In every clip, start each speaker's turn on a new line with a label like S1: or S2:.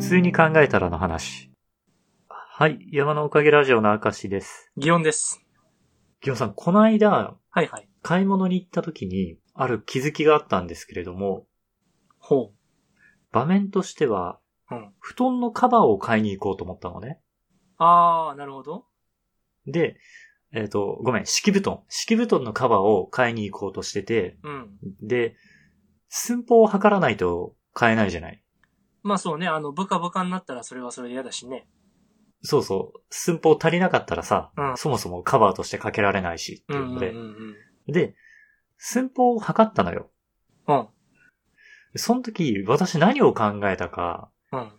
S1: 通に考えたらの話。はい、山のおかげラジオの明石です。
S2: 祇園です。
S1: ギョさん、この間、
S2: はいはい。
S1: 買い物に行った時に、ある気づきがあったんですけれども、
S2: ほ
S1: 場面としては、
S2: う。うん。
S1: 布団のカバーを買いに行こうと思ったのね。
S2: あー、なるほど。
S1: で、えっ、と、ごめん、敷布団。敷布団のカバーを買いに行こうとしてて、
S2: うん。
S1: で、寸法を測らないと買えないじゃない。
S2: まあそうね、あの、ブカブカになったらそれはそれで嫌だしね。
S1: そうそう。寸法足りなかったらさ、
S2: うん
S1: そもそもカバーとしてかけられないし、っていうので。
S2: うん。
S1: で、寸法を測ったのよ。
S2: うん。
S1: その時、私何を考えたか、
S2: うん。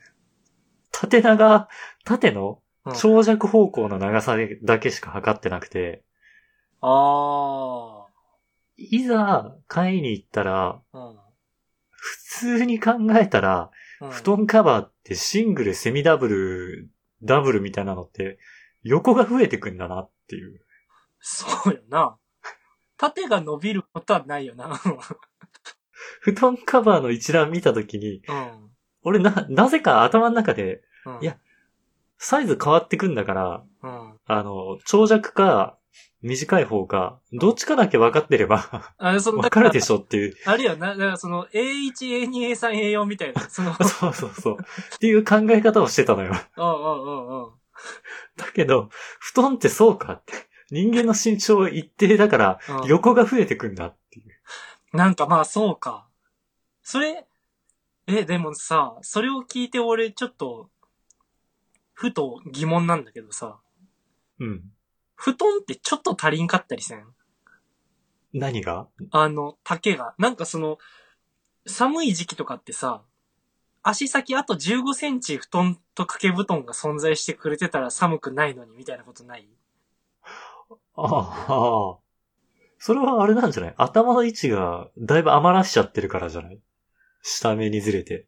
S1: 縦長、縦の
S2: うん
S1: 長尺方向の長さでだけしか測ってなくて、
S2: あ
S1: いざ買いに行ったら、
S2: ー。うん
S1: 普通に考えたら、
S2: うん。
S1: 布団カバーってシングル、セミダブル、ダブルみたいなのって、横が増えてくんだなっていう。
S2: そうよな。縦が伸びることはない よな。
S1: 布団カバーの一覧見たときに、
S2: うん。
S1: 俺な、なぜか頭の中で、
S2: うん。
S1: いや。サイズ変わってくんだから、
S2: うん。
S1: あの、長尺か、短い方か、どっちかだけ分かってれば、
S2: あれ、その、
S1: 分かるでし
S2: ょ。
S1: ょっていう、
S2: あれよな、だからその、A1、A2、A3、A4 みたいな、そ の、
S1: そうそうそう、っていう考え方をしてたのよ。
S2: うんうんうんうん。
S1: だけど、布団ってそうかって。人間の身長一定だから、
S2: うん
S1: 横が増えてくんだっていう。
S2: なんかまあそうか。それ、え、でもさ、それを聞いて俺ちょっと、ふと疑問なんだけどさ、
S1: うん。
S2: 布団ってちょっと足りんかったりせん
S1: 何が
S2: あの、丈が。なんかその、寒い時期とかってさ、足先あと15センチ布団と掛け布団が存在してくれてたら寒くないのにみたいなことない
S1: ああ。それはあれなんじゃない頭の位置がだいぶ余らしちゃってるからじゃない下目にずれて。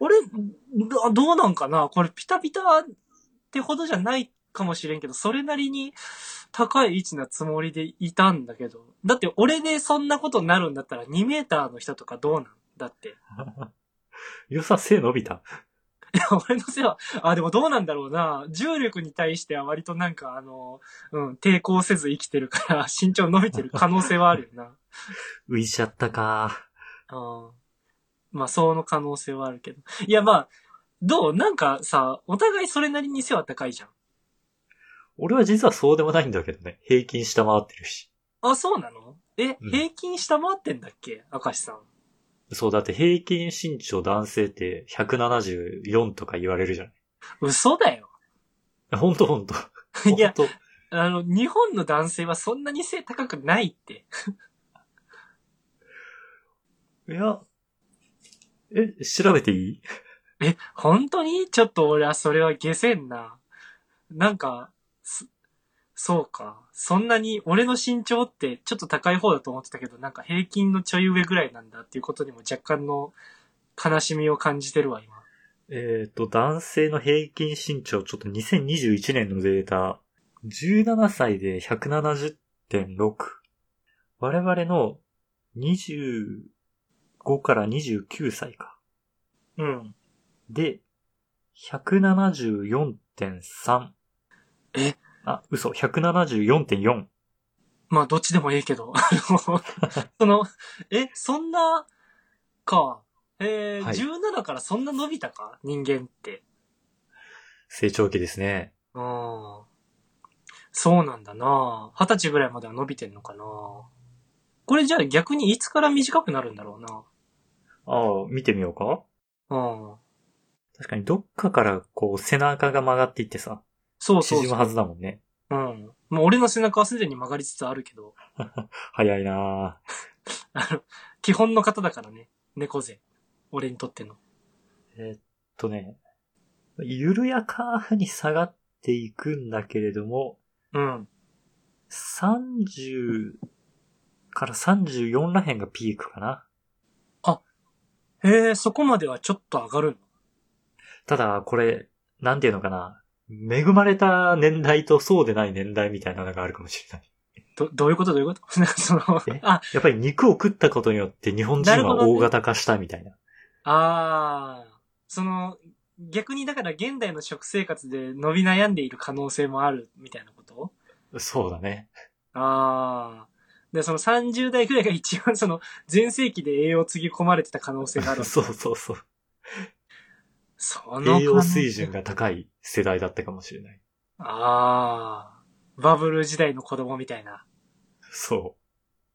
S2: 俺、どどうなんかなこれピタピタってほどじゃないかもしれんけど、それなりに高い位置なつもりでいたんだけど。だって俺でそんなことになるんだったら2メーターの人とかどうなんだって。い
S1: よさ、背伸びた。
S2: や、俺のせいは、あ、でもどうなんだろうな。重力に対しては割となんかあの、うん、抵抗せず生きてるから 身長伸びてる可能性はあるよな。
S1: 浮いちゃったか。
S2: うん。まあ、その可能性はあるけど。いや、まあ、どうなんかさ、お互いそれなりに背は高いじゃん。
S1: 俺は実はそうでもないんだけどね。平均下回ってるし。
S2: あ、そうなのえ、
S1: うん
S2: 平均下回ってんだっけ明石さん。
S1: そう、だって平均身長男性って174とか言われるじゃない
S2: 嘘だよ。
S1: ほんとほんと。ほん
S2: いや、
S1: と。
S2: あの、日本の男性はそんなに背高くないって。
S1: いや、え、調べていい
S2: え、本当にちょっと俺はそれは下せんな。なんか、すそうか。そんなに、俺の身長ってちょっと高い方だと思ってたけど、なんか平均のちょい上ぐらいなんだっていうことにも若干の悲しみを感じてるわ、今。
S1: えっ、と、男性の平均身長、ちょっと2021年のデータ、17歳で170.6。我々の25から29歳か。
S2: うん。
S1: で、174.3。
S2: え
S1: あ、嘘、174.4。
S2: まあ、どっちでもええけど。あ の、その、え、そんな、か。えー
S1: はい
S2: 17からそんな伸びたか人間って。
S1: 成長期ですね。
S2: うん。そうなんだな二十歳ぐらいまでは伸びてんのかなこれじゃあ逆にいつから短くなるんだろう
S1: ああ、見てみようか。
S2: なうん。
S1: 確かにどっかからこう背中が曲がっていってさ、
S2: そうそう
S1: 縮む
S2: そう。
S1: はずだもんね。
S2: うん。もう俺の背中はすでに曲がりつつあるけど、
S1: 早いなぁ。
S2: あの、基本の方だからね。猫背。俺にとっての。
S1: えっとね、緩やかに下がっていくんだけれども、
S2: うん。
S1: 30から34らへんがピークかな。
S2: へえ、そこまではちょっと上がるの
S1: ただ、これ、なんていうのかな。恵まれた年代とそうでない年代みたいなのがあるかもしれない。
S2: ど、どういうことどういうこと なんかその
S1: え、
S2: あ、
S1: やっぱり肉を食ったことによって日本人
S2: なるほ
S1: は
S2: どね
S1: 大型化したみたいな。
S2: ああ、その、逆にだから現代の食生活で伸び悩んでいる可能性もあるみたいなこと
S1: そうだね。
S2: ああ。で、その30代くらいが一番 その全盛期で栄養をつぎ込まれてた可能性があ る。
S1: そうそうそう。
S2: その可能
S1: 栄養水準が高い世代だったかもしれない。
S2: ああ。バブル時代の子供みたいな。
S1: そ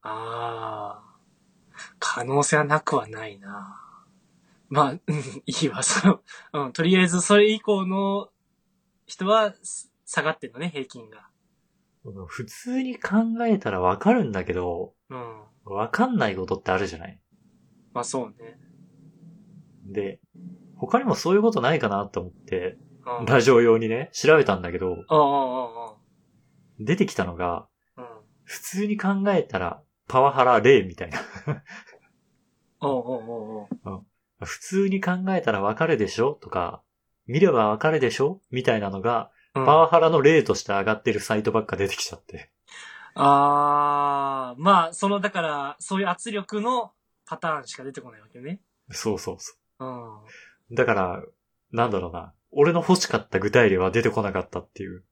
S2: ああ。可能性はなくはないな。まあ、 うんいいわ、その、うん、とりあえずそれ以降の人はす下がってんのね、平均が。
S1: う。普通に考えたらわかるんだけど、
S2: うん。
S1: わかんないことってあるじゃない。
S2: まあそうね。
S1: で、他にもそういうことないかなと思って、
S2: うん。
S1: ラジオ用にね、調べたんだけど、
S2: ああ、あ
S1: 出てきたのが、
S2: あ、ああ。うん。
S1: 普通に考えたら、パワハラ例みたいな。
S2: おうおうおうおう。
S1: 普通に考えたらわかるでしょとか、見ればわかるでしょみたいなのが、
S2: うん、
S1: パワハラの例として上がってるサイトばっか出てきちゃって。
S2: ああ、まあ、その、だから、そういう圧力のパターンしか出てこないわけね。
S1: そうそうそ
S2: うん。
S1: う。だから、なんだろうな。俺の欲しかった具体例は出てこなかったっていう。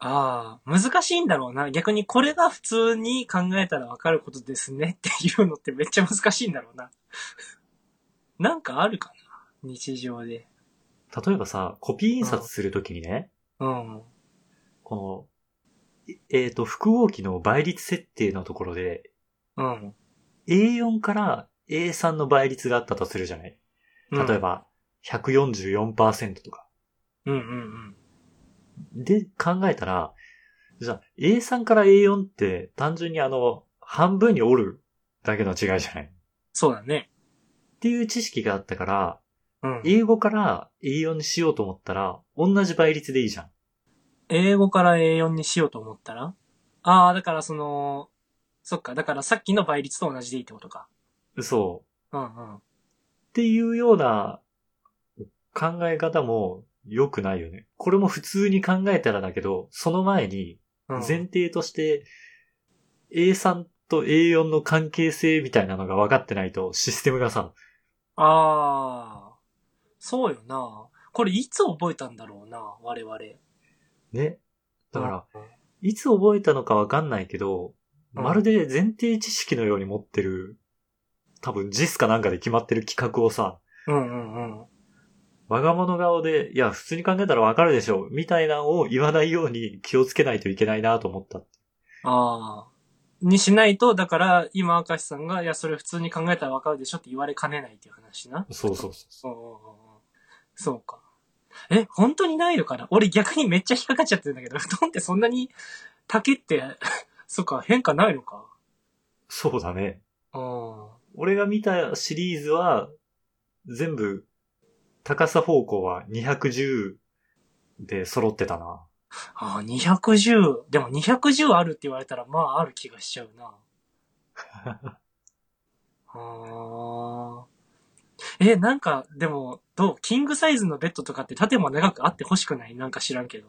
S2: ああ、難しいんだろうな。逆にこれが普通に考えたらわかることですね っていうのってめっちゃ難しいんだろうな。 なんかあるかな日常で。
S1: 例えばさ、コピー印刷するときにね、
S2: うん。
S1: この、いえっ、と、複合機の倍率設定のところで、
S2: うん。
S1: A4 から A3 の倍率があったとするじゃない例え
S2: ば。
S1: ば、144%とか。
S2: うんうんうん。
S1: で、考えたら、じゃあ、A3 から A4 って単純にあの、半分に折るだけの違いじゃないっ
S2: そうだね。
S1: ていう知識があったから、
S2: うん。
S1: 英語から A4 にしようと思ったら、同じ倍率でいいじゃん。
S2: 英語から A4 にしようと思ったらああ、だからその、そっか、だからさっきの倍率と同じでいいってことか。
S1: そう。
S2: うんうん。
S1: っていうような考え方も良くないよね。これも普通に考えたらだけど、その前に
S2: うん、
S1: 前提として A3 と A4 の関係性みたいなのが分かってないとシステムがさ、
S2: ああ、そうよな。これいつ覚えたんだろうな、我々。
S1: ね。だから、
S2: うん、
S1: いつ覚えたのか分かんないけど、
S2: うん
S1: まるで前提知識のように持ってる、多分 JIS かなんかで決まってる企画をさ、
S2: うんうんうん。
S1: 我が物顔で、いや、普通に考えたらわかるでしょ、みたいなのを言わないように気をつけないといけないなと思った。
S2: ああ。にしないと、だから、今、明石さんが、いや、それ普通に考えたらわかるでしょって言われかねないっていう話な。
S1: そうそうそ
S2: うんうんうんうんそうか。え、本当にないのかな俺逆にめっちゃ引っかかっちゃってるんだけど、布団ってそんなに竹って、 そっか、変化ないのか。
S1: う。そうだね。
S2: うん。
S1: 俺が見たシリーズは、全部、高さ方向は210で揃ってたな。
S2: ああ、210。でも210あるって言われたら、まあある気がしちゃうな。ああ。え、なんか、でも、どうキングサイズのベッドとかって縦も長くあってほしくないなんか知らんけど。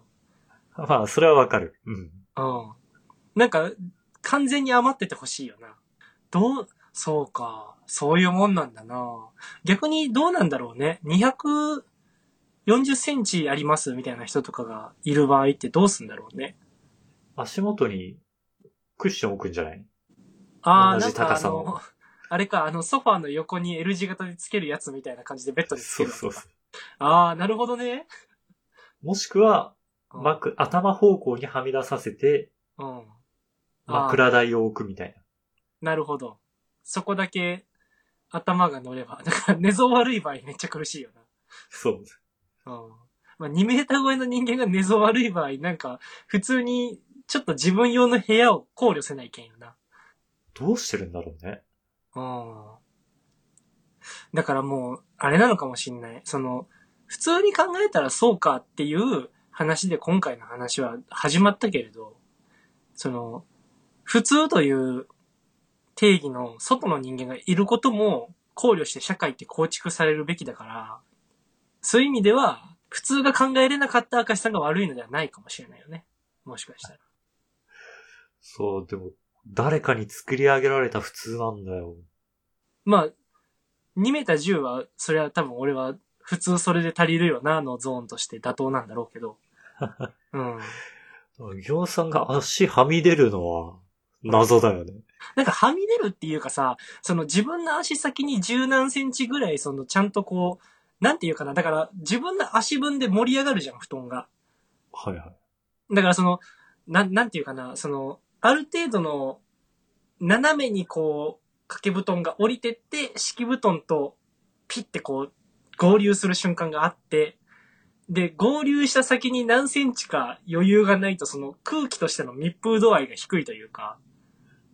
S1: まあ、それはわかる。うん。
S2: うん。なんか、完全に余っててほしいよな。どう、そうか。そういうもんなんだな。逆にどうなんだろうね。240センチありますみたいな人とかがいる場合ってどうすんだろうね。
S1: 足元にクッション置くんじゃない
S2: ああ、
S1: 同
S2: なん
S1: じ
S2: か
S1: 高
S2: あ
S1: さの
S2: の、あれか、あの、ソファーの横に L 字型でつけるやつみたいな感じでベッドにつけ
S1: そう
S2: る。
S1: そうそう。
S2: ああ、なるほどね。
S1: もしくは、
S2: うん
S1: まく、頭方向にはみ出させて、
S2: うん。あー
S1: 枕台を置くみたいな。
S2: なるほど。そこだけ頭が乗れば。だから寝相悪い場合めっちゃ苦しいよ
S1: そう。
S2: な。うん。まあ、2メーター超えの人間が寝相悪い場合、なんか、普通に、ちょっと自分用の部屋を考慮せないけんよな。
S1: どうしてるんだろうね。
S2: うん。だからもう、あれなのかもしんない。その、普通に考えたらそうかっていう話で今回の話は始まったけれど、その、普通という定義の外の人間がいることも考慮して社会って構築されるべきだから、そういう意味では、普通が考えれなかった明石さんが悪いのではないかもしれないよね。もしかしたら。
S1: そう、でも、誰かに作り上げられた普通なんだよ。
S2: まあ、2メーター10は、それは多分俺は普通それで足りるよな、のゾーンとして妥当なんだろうけど。うん。
S1: 行さんが足はみ出るのは謎だよね。
S2: なんかはみ出るっていうかさ、その自分の足先に十何センチぐらい、そのちゃんとこう、なんていうかな、だから自分の足分で盛り上がるじゃん、布団が。
S1: はいはい。
S2: だからその、なん、なんていうかな、その、ある程度の、斜めにこう、掛け布団が降りてって、敷布団と、ピッてこう、合流する瞬間があって、で、合流した先に何センチか余裕がないと、その空気としての密封度合いが低いというか、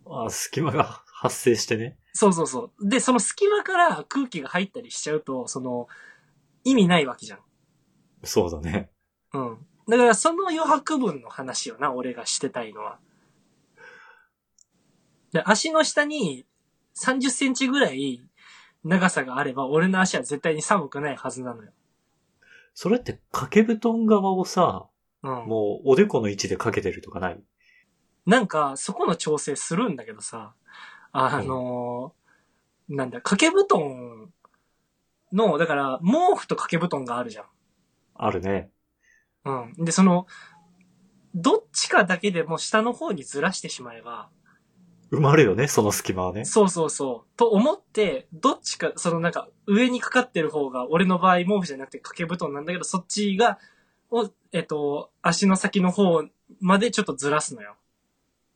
S1: あ、隙間が発生してね。
S2: そうそうそう。で、その隙間から空気が入ったりしちゃうと、その、意味ないわけじゃん。
S1: そうだね。
S2: うん。だからその余白分の話をな、俺がしてたいのは。で足の下に30センチぐらい長さがあれば、俺の足は絶対に寒くないはずなのよ。
S1: それって掛け布団側をさ、
S2: うん。
S1: もうおでこの位置でかけてるとかない
S2: なんか、そこの調整するんだけどさ、あのーなんだ、掛け布団の、だから、毛布と掛け布団があるじゃん。
S1: あるね。
S2: うん。で、その、どっちかだけでも下の方にずらしてしまえば、
S1: 埋まるよね、その隙間はね。
S2: そうそうそう。と思って、どっちか、そのなんか、上にかかってる方が、俺の場合、毛布じゃなくて掛け布団なんだけど、そっちが、を、えっと、足の先の方までちょっとずらすのよ。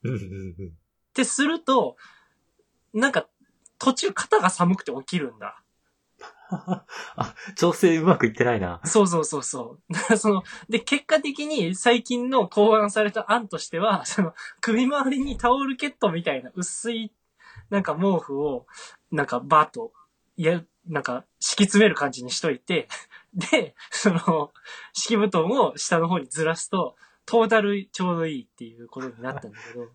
S1: うんうんうん。
S2: ってすると、なんか、途中肩が寒くて起きるんだ。
S1: 調整うまくいってないな。
S2: そうそうそうそう。 だからその、で、結果的に最近の考案された案としては、 その、首周りにタオルケットみたいな薄い、なんか毛布を、なんかバーッと、いや、なんか敷き詰める感じにしといて、 で、その、敷布団を下の方にずらすと、トータルちょうどいいっていうことになったんだけど、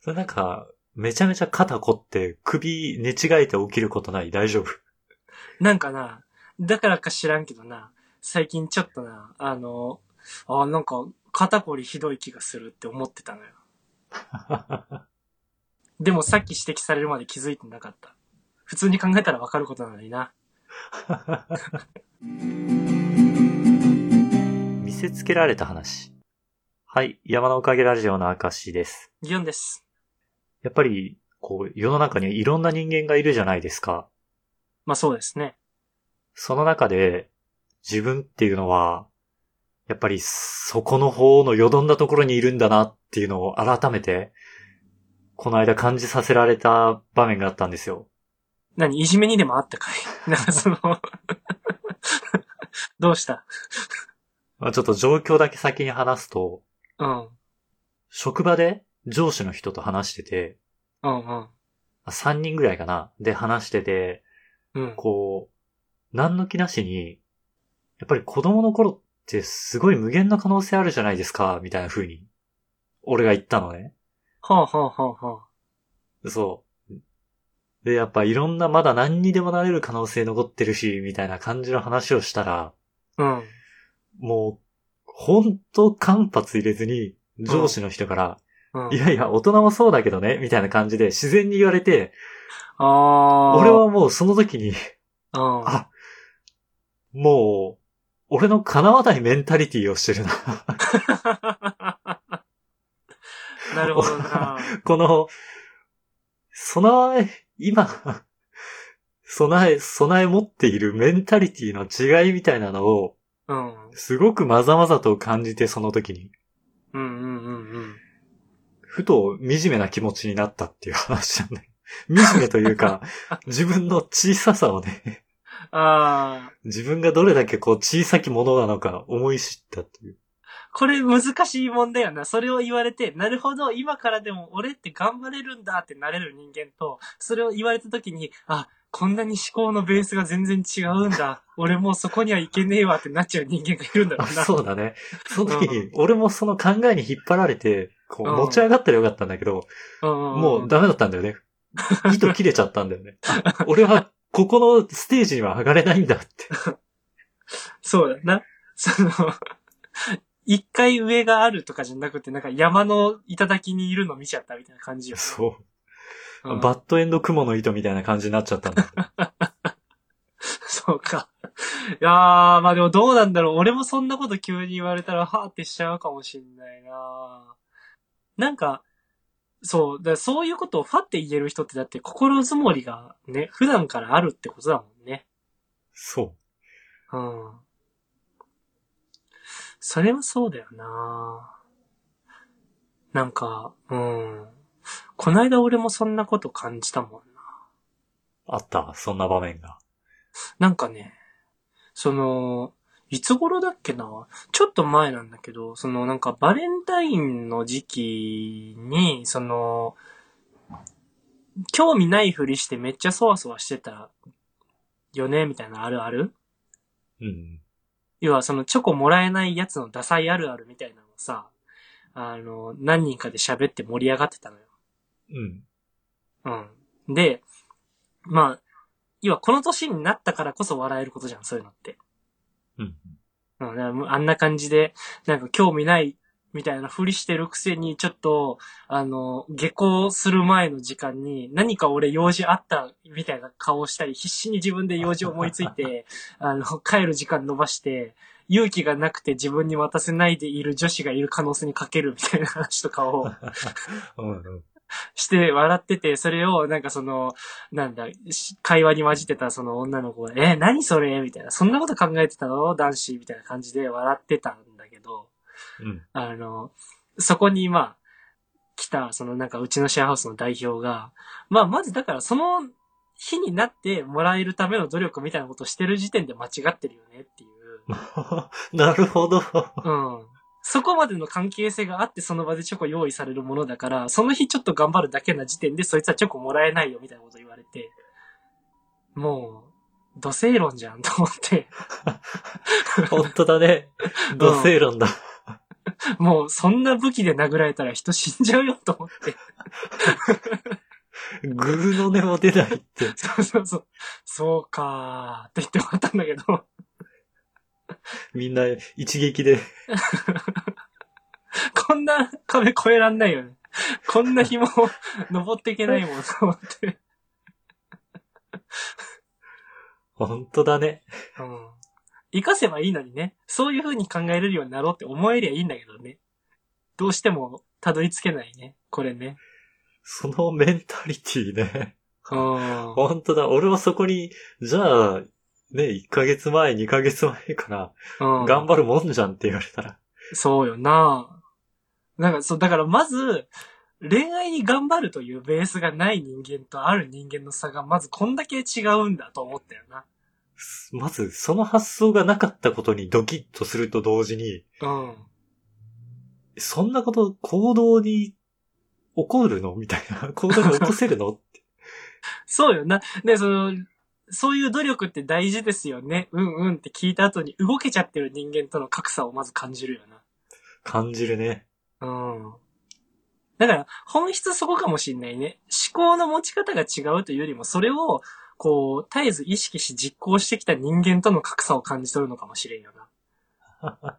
S1: それなんか、めちゃめちゃ肩凝って首寝違えて起きることない大丈夫。
S2: なんかな、だからか知らんけどな、最近ちょっとな、あの、あ、なんか肩こりひどい気がするって思ってたのよ。でもさっき指摘されるまで気づいてなかった。普通に考えたらわかることなのにな。
S1: 見せつけられた話。はい、山のおかげラジオの証です。
S2: ギヨンです。
S1: やっぱり、こう、世の中にはいろんな人間がいるじゃないですか。
S2: まあそうですね。
S1: その中で、自分っていうのは、やっぱりそこの方のよどんだところにいるんだなっていうのを改めて、この間感じさせられた場面があったんですよ。
S2: 何いじめにでもあったかい なんかその、どうした
S1: まあ、ちょっと状況だけ先に話すと、
S2: うん。
S1: 職場で上司の人と話してて、
S2: うんうん。
S1: 3人ぐらいかな、で話してて、
S2: うん。
S1: こう、何の気なしに、やっぱり子供の頃ってすごい無限な可能性あるじゃないですか、みたいな風に、俺が言ったのね。
S2: はあはあはあはあ。
S1: そう。で、やっぱいろんなまだ何にでもなれる可能性残ってるし、みたいな感じの話をしたら、
S2: うん。
S1: もう、ほんと間髪入れずに、上司の人から、
S2: うん。
S1: いやいや、大人もそうだけどね、みたいな感じで自然に言われて、
S2: ああ。
S1: 俺、はもうその時に、
S2: うん。
S1: あ、もう、俺の叶わないメンタリティをしてるな。
S2: なる ほどな。
S1: この、備え、今、備え、備え持っているメンタリティの違いみたいなのを、
S2: うん。
S1: すごくまざまざと感じて、その時に。
S2: うんうんうんうん。
S1: ふと惨めな気持ちになったっていう話なんだよ。惨めというか、 自分の小ささをね、
S2: ああ、
S1: 自分がどれだけこう小さきものなのか思い知ったっていう。
S2: これ難しい問題やな。それを言われて、なるほど、今からでも俺って頑張れるんだってなれる人間と、それを言われた時に、あ、こんなに思考のベースが全然違うんだ。俺もうそこにはいけねえわってなっちゃう人間がいるんだ
S1: あ
S2: ろうな。
S1: そうだね。その時に、俺もその考えに引っ張られて、こう
S2: うん
S1: 持ち上がったらよかったんだけど、
S2: うんんん
S1: もうダメだったんだよね。 糸切れちゃったんだよね。あ俺は、ここのステージには上がれないんだって。
S2: そうだな。その、一回上があるとかじゃなくて、なんか山の頂にいるの見ちゃったみたいな感じよ。
S1: そう。
S2: うん
S1: バッドエンド雲の糸みたいな感じになっちゃったんだよね。
S2: そ そうか。いやー、まあでもどうなんだろう。俺もそんなこと急に言われたら、はーってしちゃうかもしんないななんか、そう、だからそういうことをファって言える人ってだって心づもりがね、普段からあるってことだもんね。
S1: そう。
S2: うん。それはそうだよななんか、うん。こないだ俺もそんなこと感じたもんな。
S1: あった、そんな場面が。
S2: なんかね、その、いつ頃だっけなちょっと前なんだけど、そのなんかバレンタインの時期に、その、興味ないふりしてめっちゃそわそわしてたよねみたいなあるある
S1: うん。
S2: 要はそのチョコもらえないやつのダサいあるあるみたいなのをさ、あの、何人かで喋って盛り上がってたのよ。
S1: うん。
S2: うん。で、まあ、要はこの年になったからこそ笑えることじゃん、そういうのって。
S1: うん。
S2: うん、だからもうあんな感じで、なんか興味ないみたいなふりしてるくせに、ちょっと、あの、下校する前の時間に、何か俺用事あったみたいな顔をしたり、必死に自分で用事を思いつい て、あの、帰る時間伸ばして、勇気がなくて自分に渡せないでいる女子がいる可能性にかけるみたいな話とかを、
S1: うんうん。
S2: して笑ってて、それをなんかその、なんだ、し会話に混じってたその女の子が、え、何それみたいな、そんなこと考えてたの男子みたいな感じで笑ってたんだけど、
S1: うん。
S2: あの、そこにまあ、来た、そのなんかうちのシェアハウスの代表が、まあまずだからその日になってもらえるための努力みたいなことをしてる時点で間違ってるよねっていう。
S1: なるほど。
S2: うん。そこまでの関係性があってその場でチョコ用意されるものだから、その日ちょっと頑張るだけな時点でそいつはチョコもらえないよみたいなこと言われて、もう、土星論じゃんと思って、
S1: 本当だね。土星論だ。
S2: もうそんな武器で殴られたら人死んじゃうよと思って、
S1: グーの音も出ないって。
S2: そうそうそう、そうかーって言ってもらったんだけど、
S1: みんな一撃で。
S2: こんな壁越えらんないよね。こんな紐を登っていけないもんと思って。
S1: 本当だね。
S2: うん。生かせばいいのにね、そういう風に考えれるようになろうって思えりゃいいんだけどね。どうしてもたどり着けないね、これね。
S1: そのメンタリティね。
S2: うん。う
S1: 本当だ。俺はそこに、じゃあ、ね、1ヶ月前、2ヶ月前から、
S2: ん。
S1: 頑張るもんじゃんって言われたら。
S2: そうよななんか、そう、だからまず、恋愛に頑張るというベースがない人間とある人間の差がまずこんだけ違うんだと思ったよな。
S1: まず、その発想がなかったことにドキッとすると同時に、
S2: うん。
S1: そんなこと、行動に、起こるのみたいな。 行動に起こせるの
S2: そうよな。で、その、そういう努力って大事ですよね。うんうんって聞いた後に動けちゃってる人間との格差をまず感じるよな。
S1: 感じるね。
S2: うん。だから、本質そこかもしんないね。思考の持ち方が違うというよりも、それを、こう、絶えず意識し実行してきた人間との格差を感じ取るのかもしれんよな。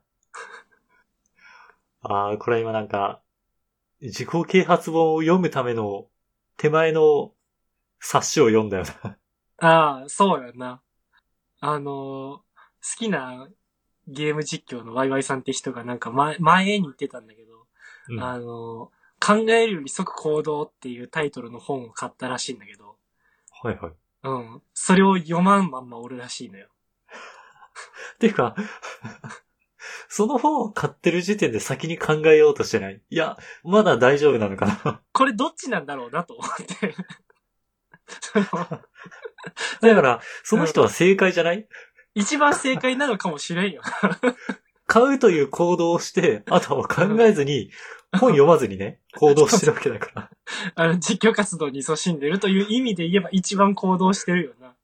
S1: ああ、これは今なんか、自己啓発本を読むための、手前の冊子を読んだよな。
S2: ああ、そうやな。あのー好きなゲーム実況のワイワイさんって人がなんか前、前に言ってたんだけど、
S1: うん
S2: あの、考えるより即行動っていうタイトルの本を買ったらしいんだけど、
S1: はいはい。っ
S2: うん。それを読まんまんまおるらしいのよ。
S1: ていうか、 その本を買ってる時点で先に考えようとしてない。いや、まだ大丈夫なのかな。
S2: これどっちなんだろうなと思って。 その
S1: だから、その人は正解じゃない
S2: 一番正解なのかもしれんよ。
S1: 買うという行動をして、あとは考えずに、本読まずに ね、行動してるわけだから。
S2: あの、実況活動に勤しんでるという意味で言えば一番行動してるよな。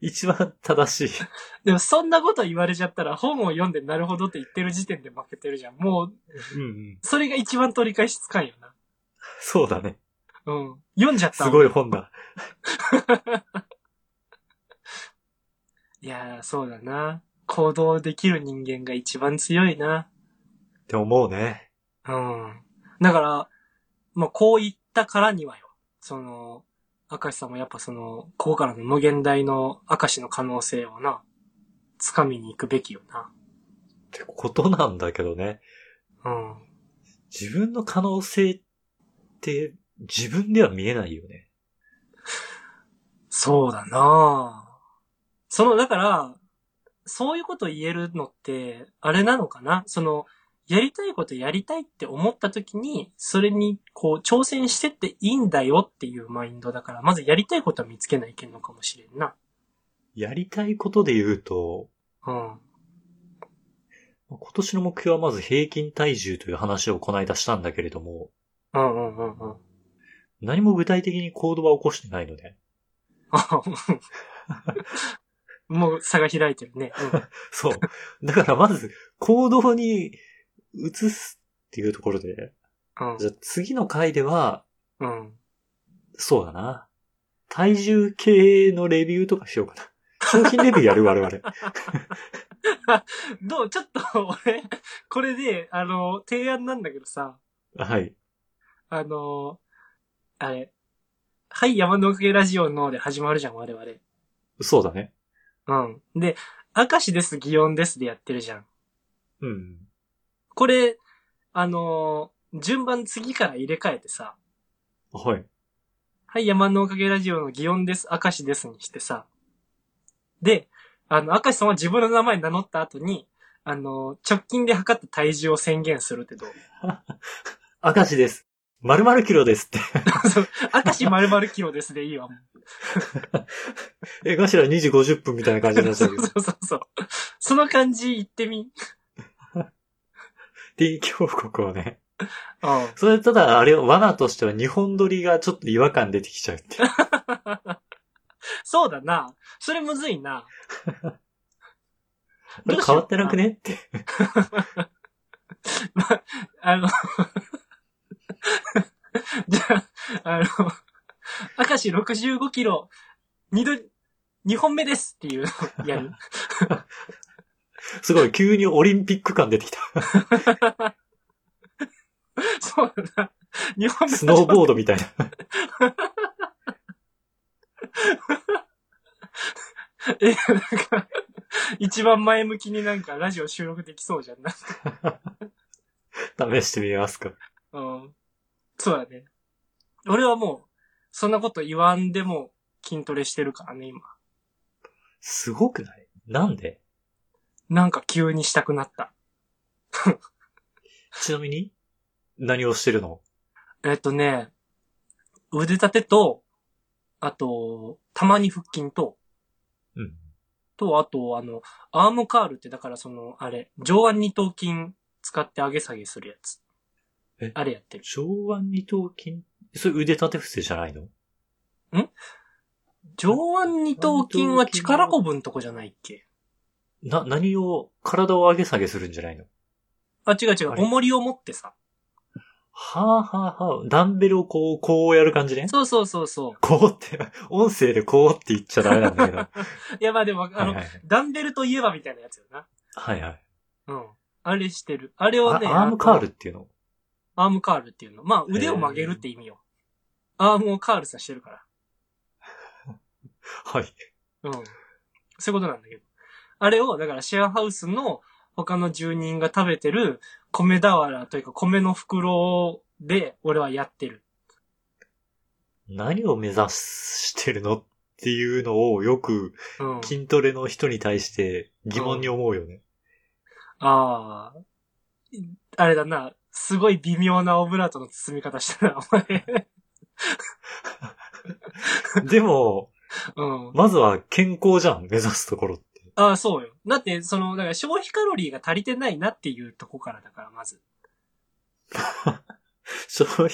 S1: 一番正しい。
S2: でもそんなこと言われちゃったら本を読んでなるほどって言ってる時点で負けてるじゃん。もう、
S1: うんうん。
S2: それが一番取り返しつかんよな。
S1: そうだね。
S2: うん。読んじゃった
S1: す
S2: もん
S1: ごい本だ。
S2: いやー、そうだな。行動できる人間が一番強いな。
S1: って思うね。
S2: うん。だから、まあ、こう言ったからにはよ。その、明石さんもやっぱその、ここからの無限大の明石の可能性をな、掴みに行くべきよな。
S1: てことなんだけどね。
S2: うん。
S1: 自分の可能性って自分では見えないよね。
S2: そうだなあその、だから、そういうこと言えるのって、あれなのかなその、やりたいことやりたいって思った時に、それに、こう、挑戦してっていいんだよっていうマインドだから、まずやりたいことは見つけないけんのかもしれんな。
S1: やりたいことで言うと、
S2: うん。
S1: 今年の目標はまず平均体重という話をこの間したんだけれども、
S2: うんうんうんうん。
S1: 何も具体的に行動は起こしてないので、
S2: あうんもう差が開いてるね。
S1: そう。だからまず行動に移すっていうところで、
S2: うん。
S1: じゃあ次の回では、
S2: うん。うん。
S1: そうだな。体重計のレビューとかしようかな。商品レビューやる我々。
S2: どうちょっと俺、これで、あの、提案なんだけどさ、
S1: はい。
S2: あの、あれ、はい、山の奥ラジオので始まるじゃん、我
S1: そうだね。
S2: 々。うん。で、明石です、祇園ですでやってるじゃん。
S1: うん。
S2: これ、あの、順番次から入れ替えてさ、
S1: はい。
S2: はい、山のおかげラジオの祇園です、明石ですにしてさ。で、あの、明石さんは自分の名前名乗った後に、あの、直近で測った体重を宣言するってどう
S1: 明石です。〇〇キロですって。
S2: そう明石〇〇キロですでいいわ。も
S1: え、ガシラ2時50分みたいな感じにな
S2: う
S1: っち
S2: そ
S1: ゃ
S2: う
S1: うけど。
S2: そうそうそう。その感じ言ってみ。うん。
S1: 臨機報告をね。それただ、あれを罠としては日本撮りがちょっと違和感出てきちゃう って。
S2: そうだな。それむずいな。
S1: あれ変わってなくねって。
S2: あの、 じゃあ、あの、明石65キロ、二度、二本目ですっていうのをやる。
S1: すごい、急にオリンピック感出 てきた。
S2: そうだな。二本目
S1: スノーボードみたいな。
S2: え、なんか、一番前向きになんかラジオ収録できそうじゃん。なんか
S1: 試してみますか。
S2: うん。そうだね。俺はもう、そんなこと言わんでも筋トレしてるからね、今。
S1: すごくないなんで
S2: なんか急にしたくなった。
S1: ちなみに何をしてるの
S2: えっとね、腕立てと、あと、たまに腹筋と、
S1: うん。
S2: と、あと、あの、アームカールって、だからその、あれ、上腕二頭筋使って上げ下げするやつ
S1: え。
S2: あれやってる。
S1: 上腕二頭筋それ腕立て伏せじゃないの
S2: 上腕二頭筋は力こぶんとこじゃないっけ
S1: な、何を、体を上げ下げするんじゃないの
S2: あ、違う違う
S1: あ、れ
S2: 重りを持ってさ。
S1: はあはあはあ、ダンベルをこう、こうやる感じね。
S2: そうそうそうそ
S1: こうって、音声でこうって言っちゃダメなんだけど。は
S2: う。いや、ま あでも、あ
S1: い
S2: の、
S1: はい。
S2: ダンベルといえばみたいなやつよな。
S1: はいはい。
S2: うん。あれしてる。あれを
S1: あ
S2: ね、
S1: アームカール
S2: あ
S1: っ
S2: と
S1: ていうの
S2: アームカールっていうの。まあ、腕を曲げるって意味よ。アームをカールさしてるから。
S1: はい。
S2: うん。そういうことなんだけど。あれを、だからシェアハウスの他の住人が食べてる米俵というか米の袋で俺はやってる。
S1: 何を目指してるのっていうのをよく
S2: うん。
S1: 筋トレの人に対して疑問に思うよね。
S2: ああ。あれだな。すごい微妙なオブラートの包み方したな、お前。
S1: でも、
S2: うん。
S1: まずは健康じゃん、目指すところって。
S2: ああ、そうよ。だって、その、だから消費カロリーが足りてないなっていうとこからだから、まず。
S1: 消費、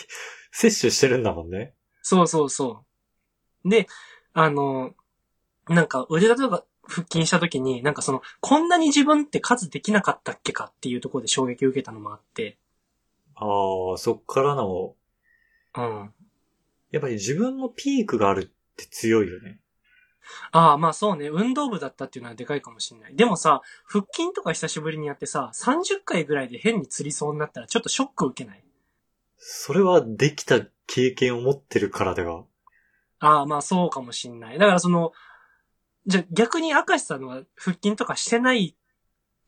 S1: 摂取してるんだもんね。
S2: そうそうそう。で、あの、なんか腕立てとか腹筋した時に、なんかその、こんなに自分って数できなかったっけかっていうところで衝撃を受けたのもあって、
S1: ああ、そっからの、
S2: うん。
S1: やっぱり自分のピークがあるって強いよね。
S2: ああ、まあそうね、運動部だったっていうのはでかいかもしれない。でもさ、腹筋とか久しぶりにやってさ、30回ぐらいで変に釣りそうになったらちょっとショック受けない
S1: それはできた経験を持ってるからでは。
S2: ああ、まあそうかもしんない。だからその、じゃあ逆に明石さんは腹筋とかしてない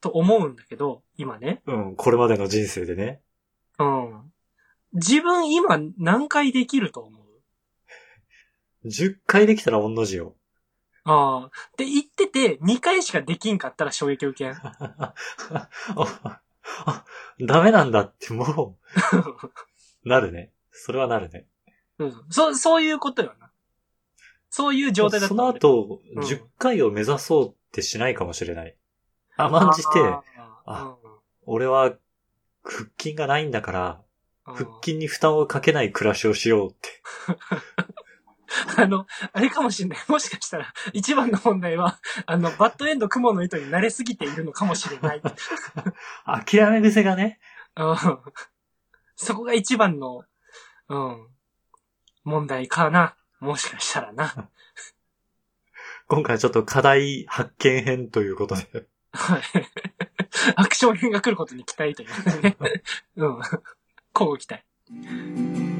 S2: と思うんだけど、今ね。
S1: うん、これまでの人生でね。
S2: うん。自分今何回できると思う
S1: 10回できたら同じよ。
S2: ああ。って言ってて、2回しかできんかったら衝撃受けん。
S1: ああダメなんだってもう、なるね。それはなるね。
S2: うん。そう、そういうことよな。そういう状態だった
S1: そ
S2: んだ
S1: の
S2: よ。
S1: 後、
S2: うん
S1: 10回を目指そうってしないかもしれない。甘んじて、
S2: あ
S1: 俺は腹筋がないんだから、
S2: ー、うん
S1: 腹筋に負担をかけない暮らしをしようって。
S2: あの、あれかもしんない。もしかしたら、一番の問題は、あの、バッドエンド雲の糸に慣れすぎているのかもしれない。
S1: 諦め癖がね。
S2: うんそこが一番の、うん、問題かな。もしかしたらな。
S1: 今回ちょっと課題発見編ということで。
S2: はいアクション編が来ることに期待というね。うん。交互期待。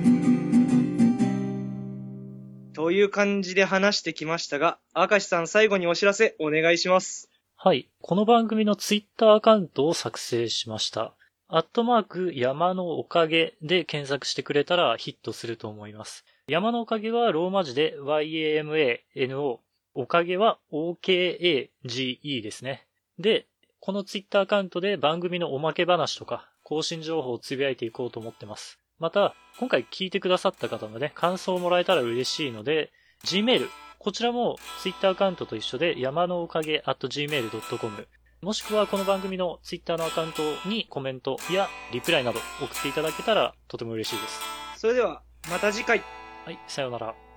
S3: という感じで話してきましたが、明石さん最後にお知らせお願いします。
S4: はい。この番組のツイッターアカウントを作成しました。アットマーク山のおかげで検索してくれたらヒットすると思います。山のおかげはローマ字で YAMANO。おかげは OKAGE ですね。で、このツイッターアカウントで番組のおまけ話とか更新情報をつぶやいていこうと思ってます。また、今回聞いてくださった方のね、感想をもらえたら嬉しいので、Gmail、こちらも Twitter アカウントと一緒で山のおかげ at gmail.com もしくはこの番組の Twitter のアカウントにコメントやリプライなど送っていただけたらとても嬉しいです。
S3: それでは、また次回。
S4: はい、さようなら。